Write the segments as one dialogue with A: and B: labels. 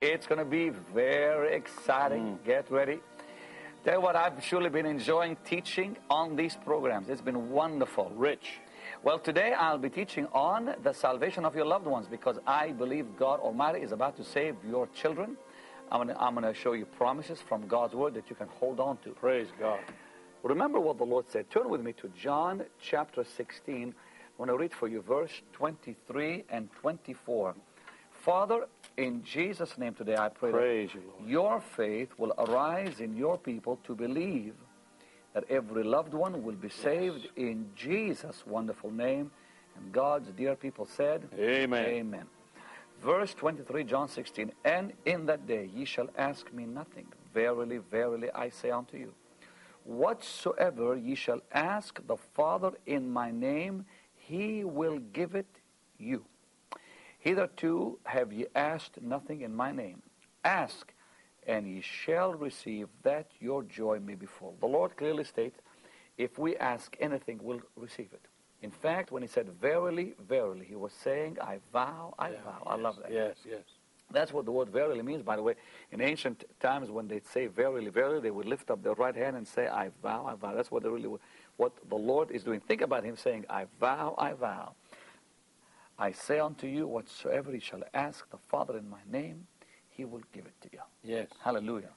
A: It's going to be very exciting. Get ready. Tell you what, I've surely been enjoying teaching on these programs. It's been wonderful.
B: Rich.
A: Well, today I'll be teaching on the salvation of your loved ones because I believe God Almighty is about to save your children. I'm going to I'm gonna show you promises from God's Word that you can hold on to.
B: Praise God.
A: Remember what the Lord said. Turn with me to John chapter 16. I want to read for you verse 23 and 24. Father, in Jesus' name today I pray that
B: Praise you, Lord.
A: your faith will arise in your people to believe that every loved one will be saved in Jesus' wonderful name. And God's dear people said,
B: Amen.
A: Amen. Verse 23, John 16, And in that day ye shall ask me nothing. Verily, verily, I say unto you, whatsoever ye shall ask the Father in my name, he will give it you. Hitherto have ye asked nothing in my name. Ask, and ye shall receive, that your joy may be full. The Lord clearly states, if we ask anything, we'll receive it. In fact, when he said, verily, verily, he was saying, I vow, I
B: Yeah,
A: vow. I
B: yes,
A: love that.
B: Yes, yes.
A: That's what the word verily means, by the way. In ancient times, when they'd say verily, verily, they would lift up their right hand and say, I vow, I vow. That's what, they really, what the Lord is doing. Think about him saying, I vow, I vow. I say unto you, whatsoever ye shall ask the Father in my name, he will give it to you.
B: Yes.
A: Hallelujah.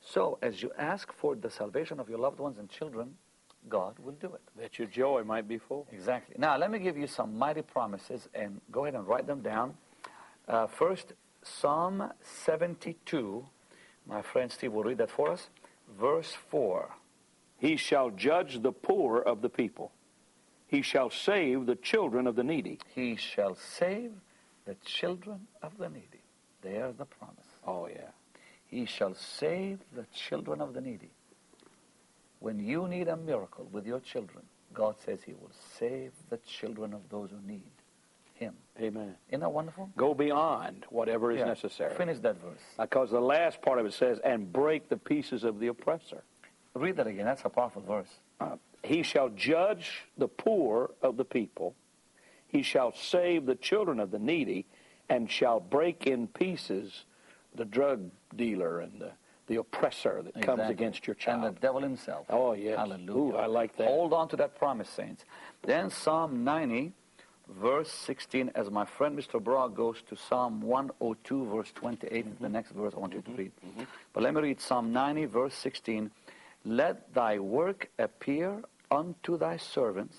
A: So, as you ask for the salvation of your loved ones and children, God will do it.
B: That your joy might be full.
A: Exactly. Now, let me give you some mighty promises and go ahead and write them down. Uh, first, Psalm 72. My friend Steve will read that for us. Verse 4.
B: He shall judge the poor of the people. He shall save the children of the needy.
A: He shall save the children of the needy. There's the promise.
B: Oh, yeah.
A: He shall save the children of the needy. When you need a miracle with your children, God says He will save the children of those who need Him.
B: Amen.
A: Isn't that wonderful?
B: Go beyond whatever is
A: Yeah.
B: necessary.
A: Finish that verse.
B: Because the last part of it says, and break the pieces of the oppressor.
A: Read that again. That's a powerful verse.
B: He shall judge the poor of the people. He shall save the children of the needy and shall break in pieces the drug dealer and the, the oppressor that comes
A: Exactly.
B: against your
A: And the
B: child.
A: devil himself.
B: Oh, yes.
A: Hallelujah.
B: Ooh, I like that.
A: Hold on to that promise, saints. Then Psalm 90, verse 16, as my friend Mr. Brock goes to Psalm 102, verse 28,
B: Mm-hmm.
A: the next verse I want you to read. But let me read Psalm 90, verse 16. Let thy work appear unto thy servants,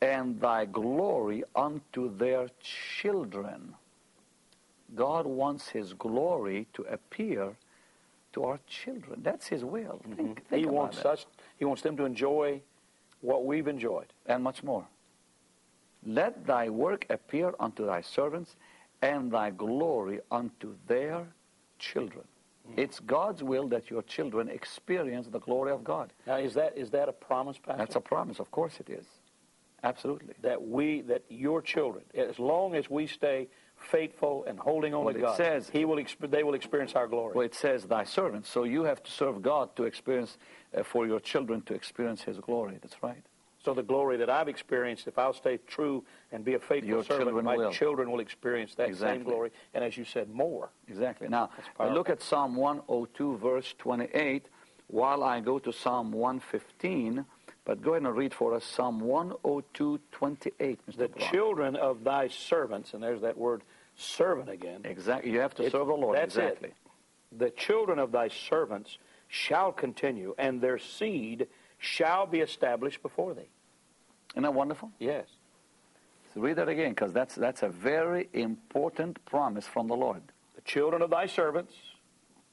A: and thy glory unto their children. God wants his glory to appear to our children. That's his will. Think, think
B: Mm-hmm. he
A: about
B: wants
A: that.
B: us he wants them to enjoy what we've enjoyed.
A: And much more. Let thy work appear unto thy servants, and thy glory unto their children.
B: Mm.
A: It's God's will that your children experience the glory of God.
B: Now is that is that a promise, Pastor?
A: That's a promise. Of course it is. Absolutely.
B: that we that your children, as long as we stay faithful and holding on
A: Well,
B: to
A: it
B: God,
A: says-
B: he will exp- they will experience our glory.
A: Well, it says thy servants. So you have to serve God to experience, uh, for your children to experience his glory. That's right.
B: So the glory that I've experienced, if I'll stay true and be a faithful
A: Your
B: servant,
A: children
B: my
A: will.
B: children will experience that
A: Exactly.
B: same glory, and as you said, more.
A: Exactly. Now,
B: powerful.
A: look at Psalm 102, verse 28, while I go to Psalm 115. But go ahead and read for us Psalm 102, 28, Mr.
B: The
A: Brown.
B: children of thy servants, and there's that word servant again.
A: Exactly. You have to
B: It-
A: serve the Lord.
B: that's it.
A: exactly.
B: The children of thy servants shall continue, and their seed shall be established before thee.
A: Isn't that wonderful?
B: Yes.
A: So read that again, because that's, that's a very important promise from the Lord.
B: The children of thy servants,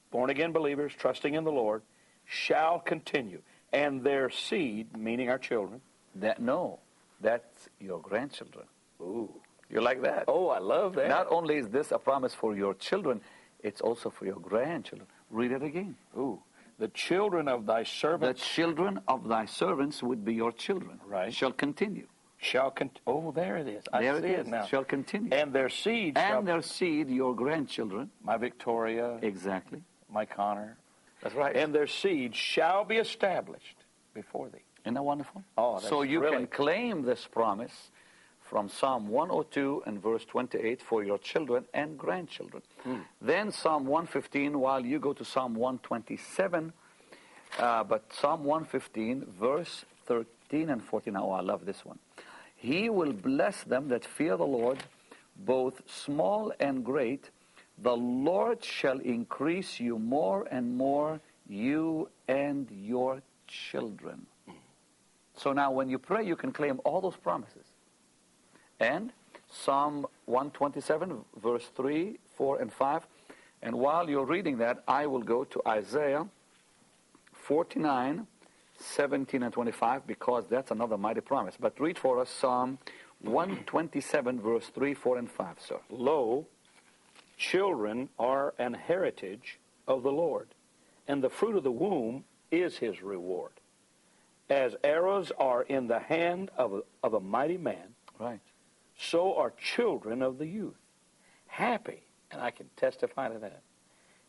B: born again believers, trusting in the Lord, shall continue, and their seed, meaning our children.
A: That No, that's your grandchildren.
B: Ooh.
A: You like that?
B: Oh, I love that.
A: Not only is this a promise for your children, it's also for your grandchildren. Read it again.
B: Ooh, the children of thy
A: The
B: servants
A: children of thy servants would be your children.
B: Right.
A: Shall continue.
B: shall cont. Oh, there it is. I
A: there
B: see
A: it is.
B: now.
A: Shall continue. And,
B: and their seed shall
A: their seed, your grandchildren.
B: my Victoria,
A: Exactly.
B: my Connor,
A: That's right.
B: and their seed shall be established before thee.
A: Isn't that wonderful?
B: Oh, that's
A: so you
B: really-
A: can claim this promise from Psalm 102 and verse 28 for your children and grandchildren.
B: Hmm.
A: Then Psalm 115, while you go to Psalm 127, uh, but Psalm 115, verse 13 and 14. Oh, I love this one. He will bless them that fear the Lord, both small and great. The Lord shall increase you more and more, you and your children. So now, when you pray, you can claim all those promises. And Psalm 127, verse 3, 4, and 5. And while you're reading that, I will go to Isaiah 49, 17, and 25, because that's another mighty promise. But read for us Psalm 127, verse 3, 4, and 5, sir.
B: Lo, children are an heritage of the Lord, and the fruit of the womb is his reward. As arrows are in the hand of a, of a mighty man,
A: Right.
B: so are children of the youth. Happy, and I can testify to that.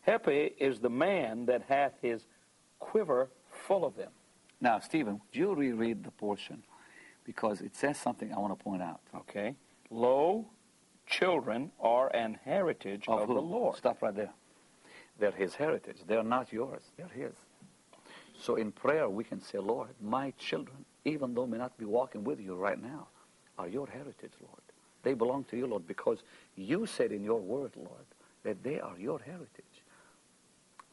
B: Happy is the man that hath his quiver full of them.
A: Now, Stephen, would you reread the portion? Because it says something I want to point out.
B: Okay. Lo, children are an heritage of,
A: who?
B: the Lord.
A: Stop right there. They're his heritage. They're not yours. They're his. So in prayer, we can say, Lord, my children, even though may not be walking with you right now, are your heritage, Lord. They belong to you, Lord, because you said in your word, Lord, that they are your heritage.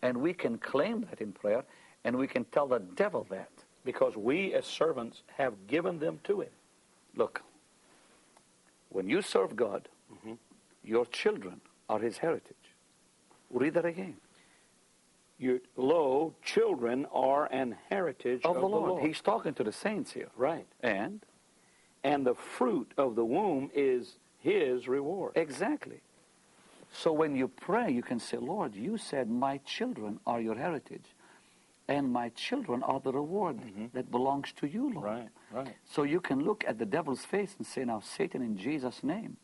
A: And we can claim that in prayer, and we can tell the devil that.
B: Because we as servants have given them to him.
A: Look, when you serve God,
B: Mm-hmm.
A: your children are his heritage. Read that again.
B: You, lo, children are an heritage
A: Of, the, Lord. He's talking to the saints here.
B: right.
A: And
B: And the fruit of the womb is his reward.
A: exactly. So when you pray, you can say, Lord, you said, My children are your heritage, and my children are the reward that belongs to you, Lord.
B: Right, right.
A: So you can look at the devil's face and say, Now, Satan, in Jesus' name,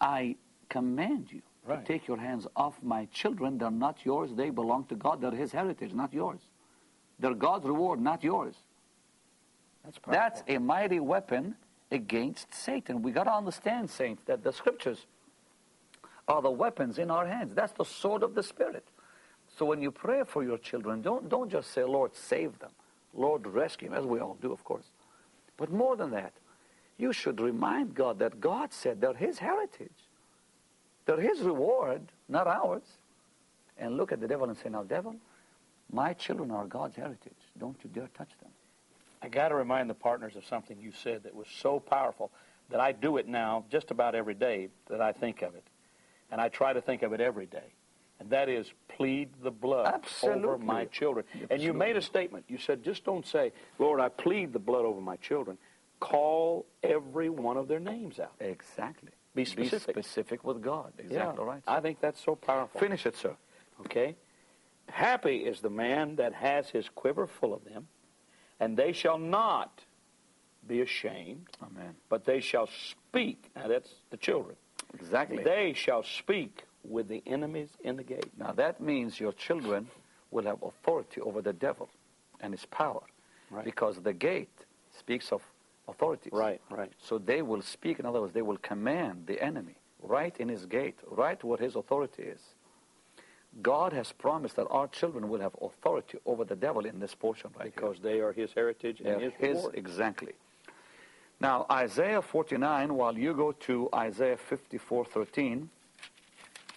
A: I command you
B: Right.
A: to take your hands off my children. They're not yours. They belong to God. They're his heritage, not yours. They're God's reward, not yours.
B: That's powerful.
A: That's a mighty weapon against Satan. We got to understand, saints, that the scriptures are the weapons in our hands. That's the sword of the Spirit. So when you pray for your children, don't, don't just say, Lord, save them, Lord, rescue them, as we all do, of course. But more than that, you should remind God that God said they're His heritage, they're His reward, not ours. And look at the devil and say, Now, devil, my children are God's heritage. Don't you dare touch them.
B: I got to remind the partners of something you said that was so powerful that I do it now just about every day that I think of it. And I try to think of it every day. And that is plead the blood over
A: Absolutely.
B: my children. And you made a statement. You said, just don't say, Lord, I plead the blood over my children. Call every one of their names out.
A: Exactly.
B: Be specific.
A: specific with God. Exactly right.
B: I think that's so powerful.
A: Finish it, sir.
B: Okay? Happy is the man that has his quiver full of them, and they shall not be ashamed,
A: Amen.
B: but they shall speak. Now, that's the children.
A: Exactly.
B: They shall speak with the enemies in the gate.
A: now that means your children will have authority over the devil and his power,
B: Right.
A: because the gate speaks of authorities.
B: Right, right.
A: So they will speak. In other words, they will command the enemy right in his gate, right where his authority is. God has promised that our children will have authority over the devil in this portion, right? here.
B: Because they are his heritage and his,
A: They're his-
B: reward.
A: exactly. Now Isaiah 49. While you go to Isaiah 54:13,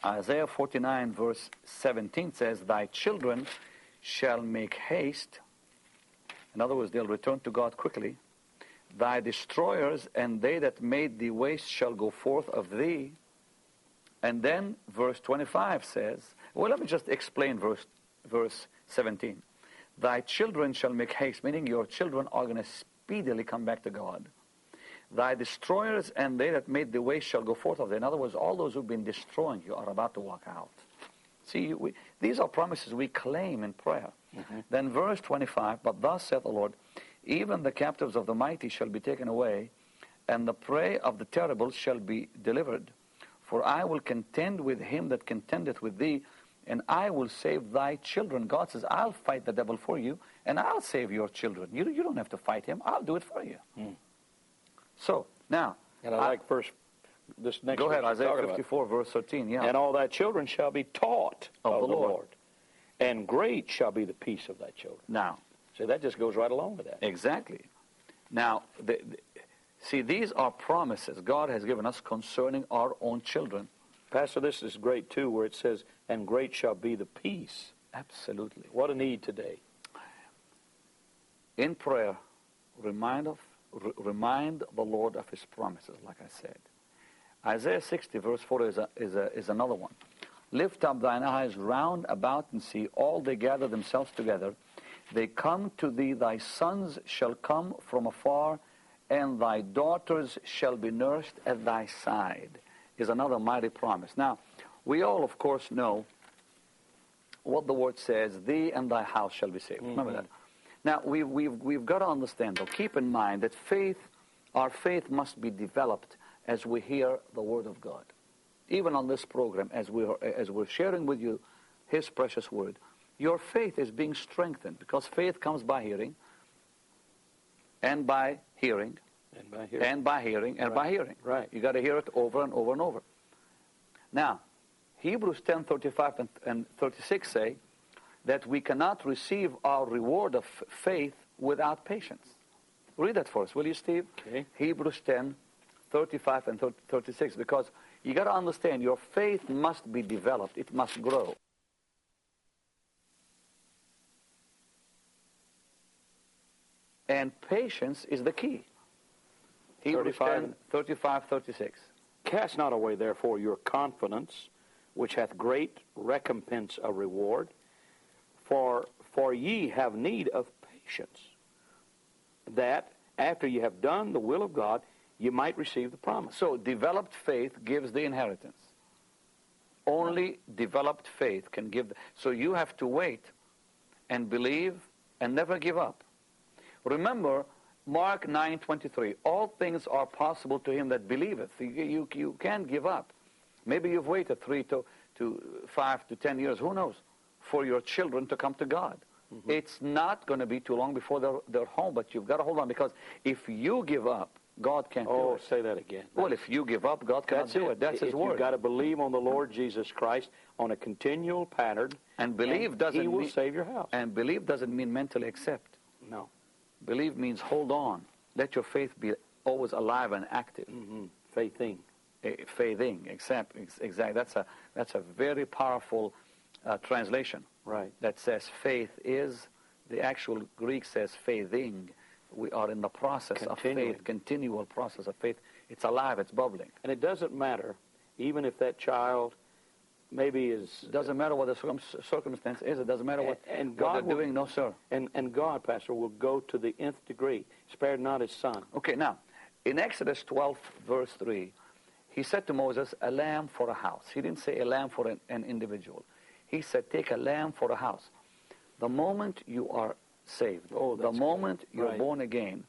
A: Isaiah 49 verse 17 says, "Thy children shall make haste." In other words, they'll return to God quickly. Thy destroyers and they that made thee waste shall go forth of thee. And then verse 25 says, well, let me just explain verse, verse 17. Thy children shall make haste, meaning your children are going to speedily come back to God. Thy destroyers and they that made the way shall go forth of thee. In other words, all those who've been destroying you are about to walk out. See, you- we, these are promises we claim in prayer.
B: Mm-hmm.
A: Then verse 25, but thus saith the Lord, even the captives of the mighty shall be taken away, and the prey of the terrible shall be delivered. For I will contend with him that contendeth with thee, and I will save thy children. God says, I'll fight the devil for you, and I'll save your children. You, you don't have to fight him, I'll do it for you. So, Now,
B: Hmm. And I,
A: I-
B: like verse this next.
A: go
B: verse
A: ahead,
B: you're
A: Isaiah
B: talking about.
A: 54, verse 13. Yeah.
B: And all thy children shall be taught
A: Of
B: of,
A: the
B: the,
A: Lord.
B: Lord. and great shall be the peace of thy children.
A: now,
B: So that just goes right along with that.
A: exactly. Now, the, the, see, these are promises God has given us concerning our own children.
B: Pastor, this is great too, where it says, "And great shall be the peace."
A: Absolutely.
B: What a need today.
A: in prayer, remind, of, re- remind the Lord of his promises, like I said. Isaiah 60, verse 4 is, a, is, a, is another one. Lift up thine eyes round about and see, all they gather themselves together. They come to thee, thy sons shall come from afar, and thy daughters shall be nursed at thy side, is another mighty promise. Now, we all, of course, know what the word says, thee and thy house shall be saved. Remember that. Now, we, we've, we've got to understand, though, keep in mind that faith, our faith must be developed as we hear the word of God. Even on this program, as we're, as we're sharing with you his precious word, your faith is being strengthened because faith comes by hearing and by hearing
B: And by hearing.
A: and by hearing and by
B: Right.
A: hearing.
B: Right.
A: You got to hear it over and over and over. Now, Hebrews 10, 35 and, and 36 say that we cannot receive our reward of f- faith without patience. Read that for us, will you, Steve?
B: Okay.
A: Hebrews 10, 35 and 30, 36, because you got to understand your faith must be developed. It must grow. And patience is the key. Hebrews
B: 35.
A: 10, 35, 36.
B: Cast not away, therefore, your confidence, which hath great recompense of reward, for, for ye have need of patience, that after ye have done the will of God, you might receive the promise.
A: So developed faith gives the inheritance. Only developed faith can give. The, so you have to wait and believe and never give up. Remember Mark 9:23. All things are possible to him that believeth. You, you, you can't give up. Maybe you've waited 3 to, to 5 to 10 years, who knows, for your children to come to God. It's not going to be too long before they're, they're home, but you've got to hold on because if you give up, God can't do
B: Oh,
A: it.
B: say that again.
A: Well, if you give up, God cannot
B: That's
A: do it. That's
B: If
A: His word.
B: You've got to believe on the Lord Jesus Christ on a continual pattern.
A: and believe doesn't
B: He will
A: mean,
B: save your house.
A: And believe doesn't mean mentally accept.
B: no.
A: Believe means hold on. Let your faith be always alive and active.
B: Mm-hmm. Faithing.
A: Eh, Faithing, accept, ex- exact. That's a that's a very powerful uh, translation.
B: Right.
A: That says faith is. The actual Greek says faithing. We are in the process of
B: Continuing.
A: faith, continual process of faith. It's alive. It's bubbling.
B: And it doesn't matter, even if that child maybe is.
A: It doesn't matter what the circum- circumstance is. It doesn't matter what,
B: And- and
A: what
B: God
A: they're
B: will-
A: doing. No, sir.
B: And, and God, Pastor, will go to the nth degree. Spared not his son.
A: Okay, now, in Exodus 12, verse 3, he said to Moses, a lamb for a house. He didn't say a lamb for an, an individual. He said, take a lamb for a house. The moment you are saved,
B: Oh,
A: the
B: that's
A: moment
B: good.
A: you're
B: Right.
A: born again,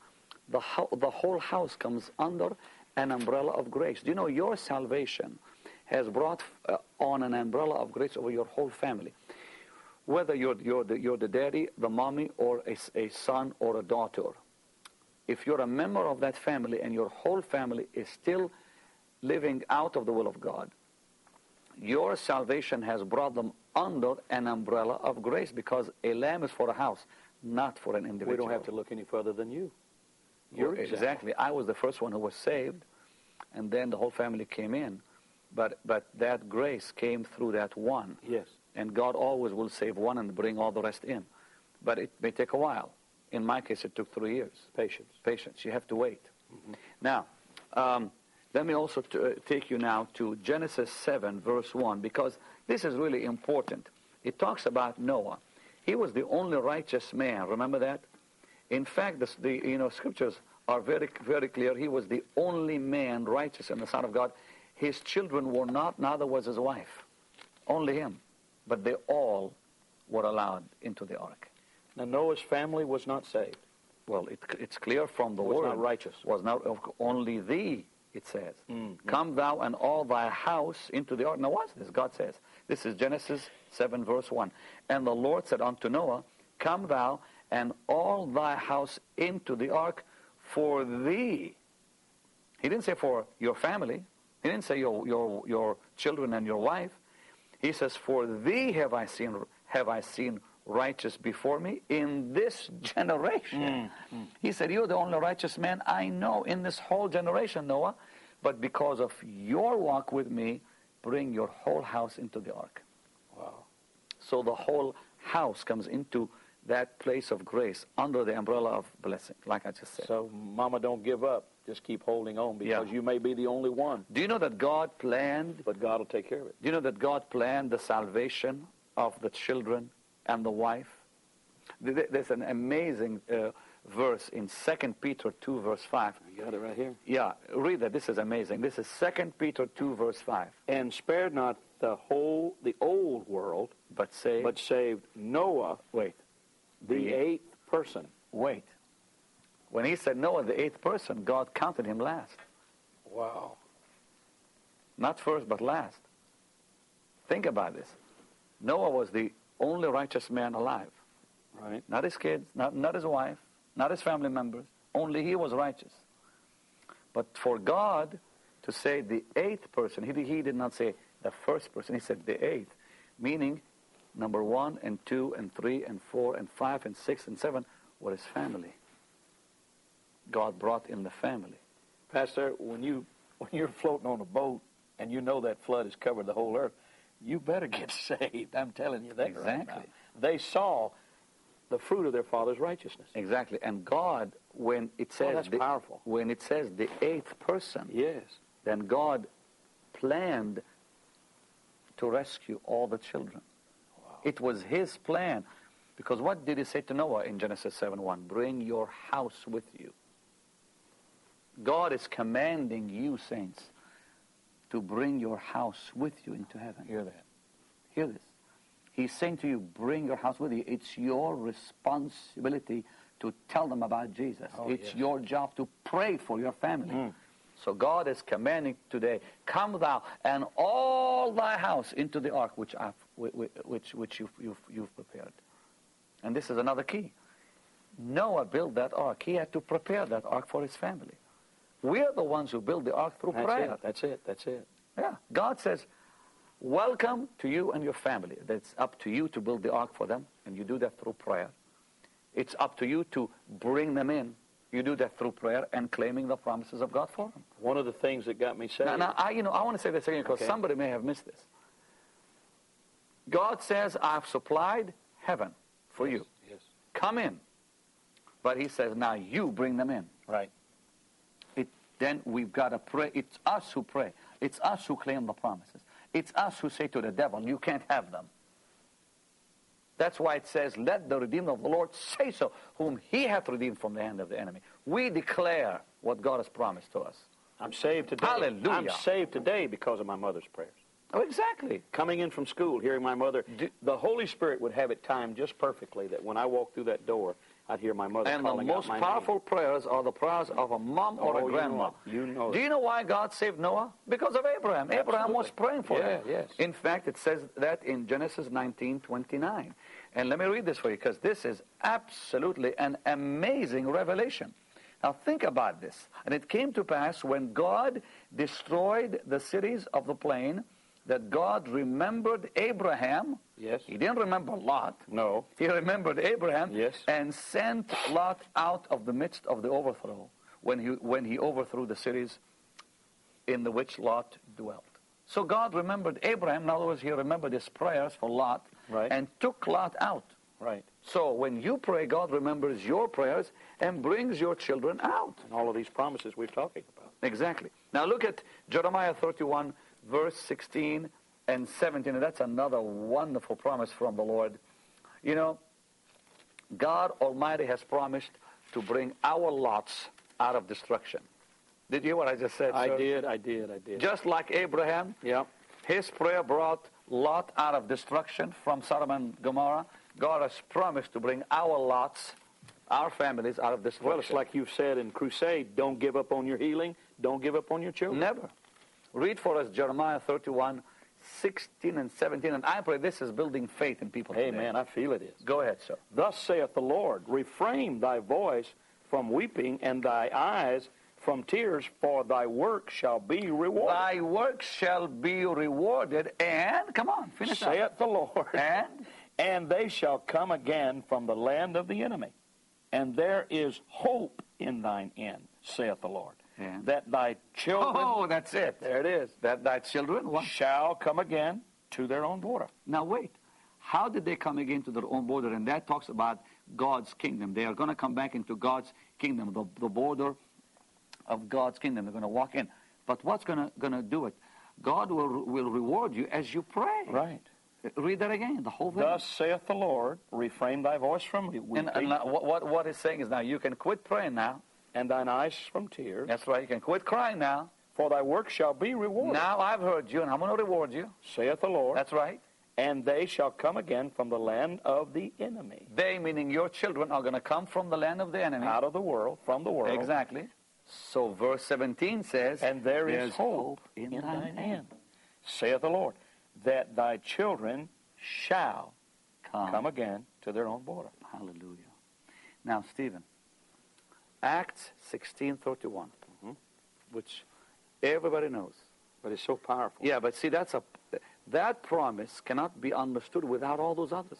A: the, ho- the whole house comes under an umbrella of grace. Do you know your salvation has brought uh, on an umbrella of grace over your whole family? Whether you're, you're, the, you're the daddy, the mommy, or a s a a son or a daughter, if you're a member of that family and your whole family is still living out of the will of God, your salvation has brought them under an umbrella of grace because a lamb is for a house, not for an individual.
B: We don't have to look any further than you.
A: You're
B: Your
A: exactly.
B: example.
A: I was the first one who was saved, and then the whole family came in. But, but that grace came through that one.
B: Yes.
A: And God always will save one and bring all the rest in. But it may take a while. In my case, it took three years
B: Patience.
A: patience. You have to wait. Now, um, let me also t- uh, take you now to Genesis 7, verse 1, because this is really important. It talks about Noah. He was the only righteous man. Remember that? In fact, the, s- the you know scriptures are very very clear. He was the only man righteous in the sight of God. His children were not, neither was his wife. Only him. But they all were allowed into the ark.
B: Now, Noah's family was not saved.
A: Well, it, it's clear from the
B: Was
A: word.
B: not righteous. Mm,
A: Was not of only thee, it says. Come thou and all thy house into the ark. Now, watch this. God says, this is Genesis 7, verse 1. And the Lord said unto Noah, Come thou and all thy house into the ark, for thee He didn't say for your family. He didn't say your, your, your children and your wife. He says, For thee have I seen, have I seen righteous before me in this
B: Mm,
A: generation. He said, You're the only righteous man I know in this whole generation, Noah. But because of your walk with me, bring your whole house into the ark.
B: Wow.
A: So the whole house comes into that place of grace under the umbrella of blessing, like I just said.
B: So, Mama, don't give up. Just keep holding on because
A: Yeah.
B: you may be the only one,
A: Do you know that God planned?
B: but God will take care of it.
A: Do you know that God planned the salvation of the children and the wife? Th- th- There's an amazing uh, verse in 2 Peter 2, verse 5.
B: You got it right here.
A: Yeah, read that. This is amazing. This is 2 Peter 2, verse 5.
B: And spared not the whole, the old world,
A: But say,
B: but saved Noah,
A: wait,
B: the
A: The-
B: eighth person.
A: wait. When he said Noah, the eighth person, God counted him last.
B: Wow.
A: Not first, but last. Think about this. Noah was the only righteous man alive.
B: Right?
A: Not his kids, not, not his wife, not his family members. Only he was righteous. But for God to say the eighth person, he, did- he did not say the first person, he said the eighth, meaning number one and two and three and four and five and six and seven were his family. God brought in the family.
B: Pastor, when you when you're floating on a boat and you know that flood has covered the whole earth, you better get saved. I'm telling you that right now.
A: Exactly.
B: They saw the fruit of their father's righteousness.
A: Exactly. And God, when it says
B: Oh, that's
A: the,
B: powerful.
A: when it says the eighth person,
B: Yes.
A: then God planned to rescue all the children. It was his plan. Because what did he say to Noah in Genesis 7 1? Bring your house with you. God is commanding you, saints, to bring your house with you into heaven.
B: Hear that.
A: Hear this. He's saying to you, bring your house with you. It's your responsibility to tell them about Jesus.
B: Oh,
A: it's
B: yes. Mm.
A: your job to pray for your family. So God is commanding today, come thou and all thy house into the ark which, I've, whi- whi- which, which you've, you've, you've prepared. And this is another key. Noah built that ark. He had to prepare that ark for his family. We are the ones who build the ark through
B: That's
A: prayer.
B: it. That's it. That's it.
A: Yeah. God says, Welcome to you and your family. That's up to you to build the ark for them, and you do that through prayer. It's up to you to bring them in. You do that through prayer and claiming the promises of God for them.
B: One of the things that got me saved.
A: Now, now I, you know, I want to say this again because
B: Okay.
A: somebody may have missed this. God says, I've supplied heaven for you.
B: Yes.
A: Come in. But he says, now you bring them in.
B: Right.
A: It, then we've got to pray. It's us who pray. It's us who claim the promises. It's us who say to the devil, you can't have them. That's why it says, let the redeemed of the Lord say so, whom he hath redeemed from the hand of the enemy. We declare what God has promised to us.
B: I'm saved today.
A: Hallelujah.
B: I'm saved today because of my mother's prayers.
A: Oh, exactly.
B: Coming in from school, hearing my mother,
A: Do-
B: the Holy Spirit would have it timed just perfectly that when I walked through that door, I'd hear my mother
A: And the
B: calling
A: most
B: out my
A: powerful prayers are the prayers of a mom or
B: Oh,
A: a
B: you
A: grandma.
B: know it. You know
A: Do
B: it.
A: you know why God saved Noah? Because of Abraham. Abraham was
B: Absolutely.
A: praying for
B: Yeah,
A: him.
B: yes.
A: In fact, it says that in Genesis 19:29. And let me read this for you because this is absolutely an amazing revelation. Now think about this. And it came to pass when God destroyed the cities of the plain that God remembered Abraham.
B: Yes.
A: He didn't remember Lot.
B: name. No.
A: He remembered Abraham
B: Yes.
A: and sent Lot out of the midst of the overthrow when he, when he overthrew the cities in the which Lot dwelt. So God remembered Abraham. In other words, he remembered his prayers for Lot
B: Right.
A: and took Lot out.
B: Right.
A: So when you pray, God remembers your prayers and brings your children out.
B: And all of these promises we're talking about.
A: Exactly. Now look at Jeremiah 31, verse 16 and 17. And that's another wonderful promise from the Lord. You know, God Almighty has promised to bring our lots out of destruction. Did you hear what I just said?
B: I
A: sir?
B: did, I did, I did.
A: Just like Abraham,
B: yeah.
A: his prayer brought Lot out of destruction from Sodom and Gomorrah. God has promised to bring our lots, our families, out of destruction.
B: Well, it's like you've said in Crusade, don't give up on your healing, don't give up on your children.
A: Never. Read for us Jeremiah 31, 16 and 17. And I pray this is building faith in people today.
B: Amen, I feel it is.
A: Go ahead, sir.
B: Thus saith the Lord, refrain thy voice from weeping and thy eyes from tears, for thy work shall be rewarded.
A: Thy works shall be rewarded, and come on, finish that.
B: saith the Lord.
A: And
B: and they shall come again from the land of the enemy. And there is hope in thine end, saith the Lord,
A: Yeah.
B: that thy children,
A: oh, that's it.
B: there it is,
A: That thy children. What?
B: shall come again to their own border.
A: Now wait. How did they come again to their own border? And that talks about God's kingdom. They are going to come back into God's kingdom, the, the border of God's kingdom. They're going to walk in. But what's going to going to do it? God will will reward you as you pray.
B: Right.
A: Read that again. The whole thing.
B: Thus saith the Lord, refrain thy voice from weeping,
A: and, and now, what, what what it's saying is now you can quit praying now.
B: and thine eyes from tears,
A: That's right. You can quit crying now.
B: for thy work shall be rewarded,
A: Now I've heard you, and I'm going to reward you.
B: saith the Lord,
A: That's right.
B: and they shall come again from the land of the enemy,
A: They, meaning your children, are going to come from the land of the enemy.
B: out of the world, from the world,
A: Exactly. So verse 17 says,
B: and there is
A: There's
B: hope in, thine hand, saith the Lord, that thy children shall
A: Come.
B: come again to their own border.
A: Hallelujah. Now, Stephen, Acts 16:31, which everybody knows.
B: But it's so powerful.
A: Yeah, but see, that's a that promise cannot be understood without all those others.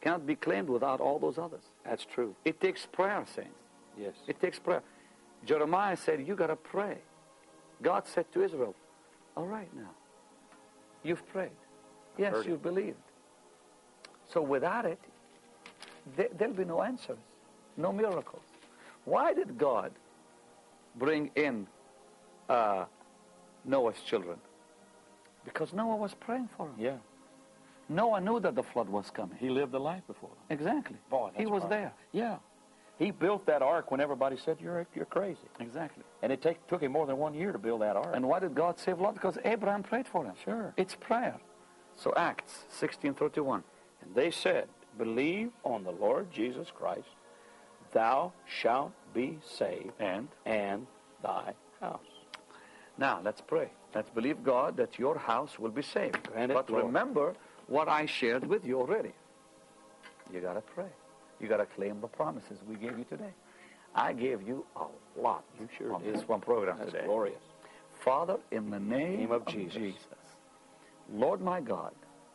A: Cannot be claimed without all those others.
B: that's true.
A: It takes prayer, saints.
B: Yes.
A: It takes prayer. Jeremiah said, You got to pray. God said to Israel, All right now, you've prayed. yes,
B: heard it.
A: you've believed. So without it, there, there'll be no answers, no miracles. Why did God bring in uh, Noah's children? Because Noah was praying for them.
B: yeah.
A: Noah knew that the flood was coming.
B: He lived the life before. them.
A: Exactly.
B: Boy,
A: he
B: that's
A: was
B: powerful.
A: there.
B: Yeah. He built that ark when everybody said you're you're crazy,
A: Exactly.
B: and it take, took him more than one year to build that ark.
A: And why did God save Lot? Because Abraham prayed for him.
B: Sure.
A: It's prayer. So Acts 16:31.
B: And they said, Believe on the Lord Jesus Christ, thou shalt be saved,
A: And
B: and thy house.
A: now let's pray. Let's believe God that your house will be saved.
B: Grant it,
A: but
B: Lord.
A: remember what I shared with you already. You got to pray. You got to claim the promises we gave you today. I gave you a lot
B: You sure
A: on
B: did.
A: this one program
B: That's
A: today.
B: glorious.
A: Father, in the name,
B: Name of Jesus.
A: Lord my God,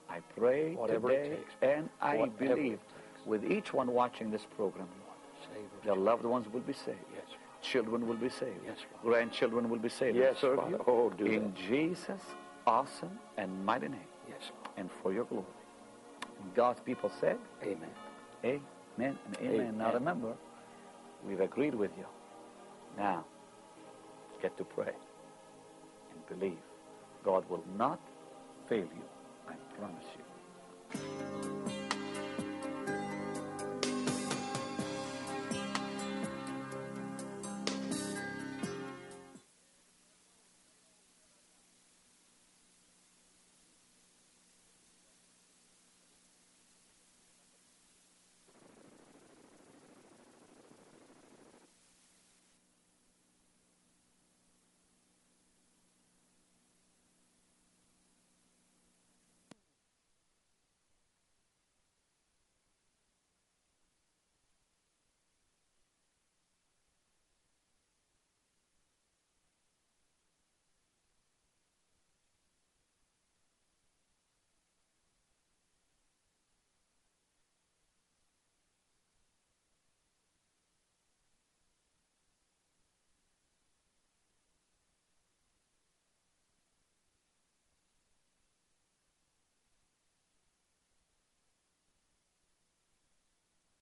A: I pray
B: Whatever it
A: today
B: takes.
A: and I
B: Whatever it
A: believe
B: takes.
A: with each one watching this program, Lord,
B: Save us.
A: their loved ones will be saved.
B: Yes,
A: Children will be saved.
B: Yes, Father.
A: Grandchildren will be saved.
B: Yes,
A: I serve
B: Father.
A: you
B: Oh, do
A: In
B: that.
A: Jesus' awesome and mighty name
B: Yes, Lord.
A: and for your glory. And God's people said,
B: Amen.
A: Amen and amen.
B: Amen.
A: Now remember, we've agreed with you. Now, get to pray and believe. God will not fail you. I promise you.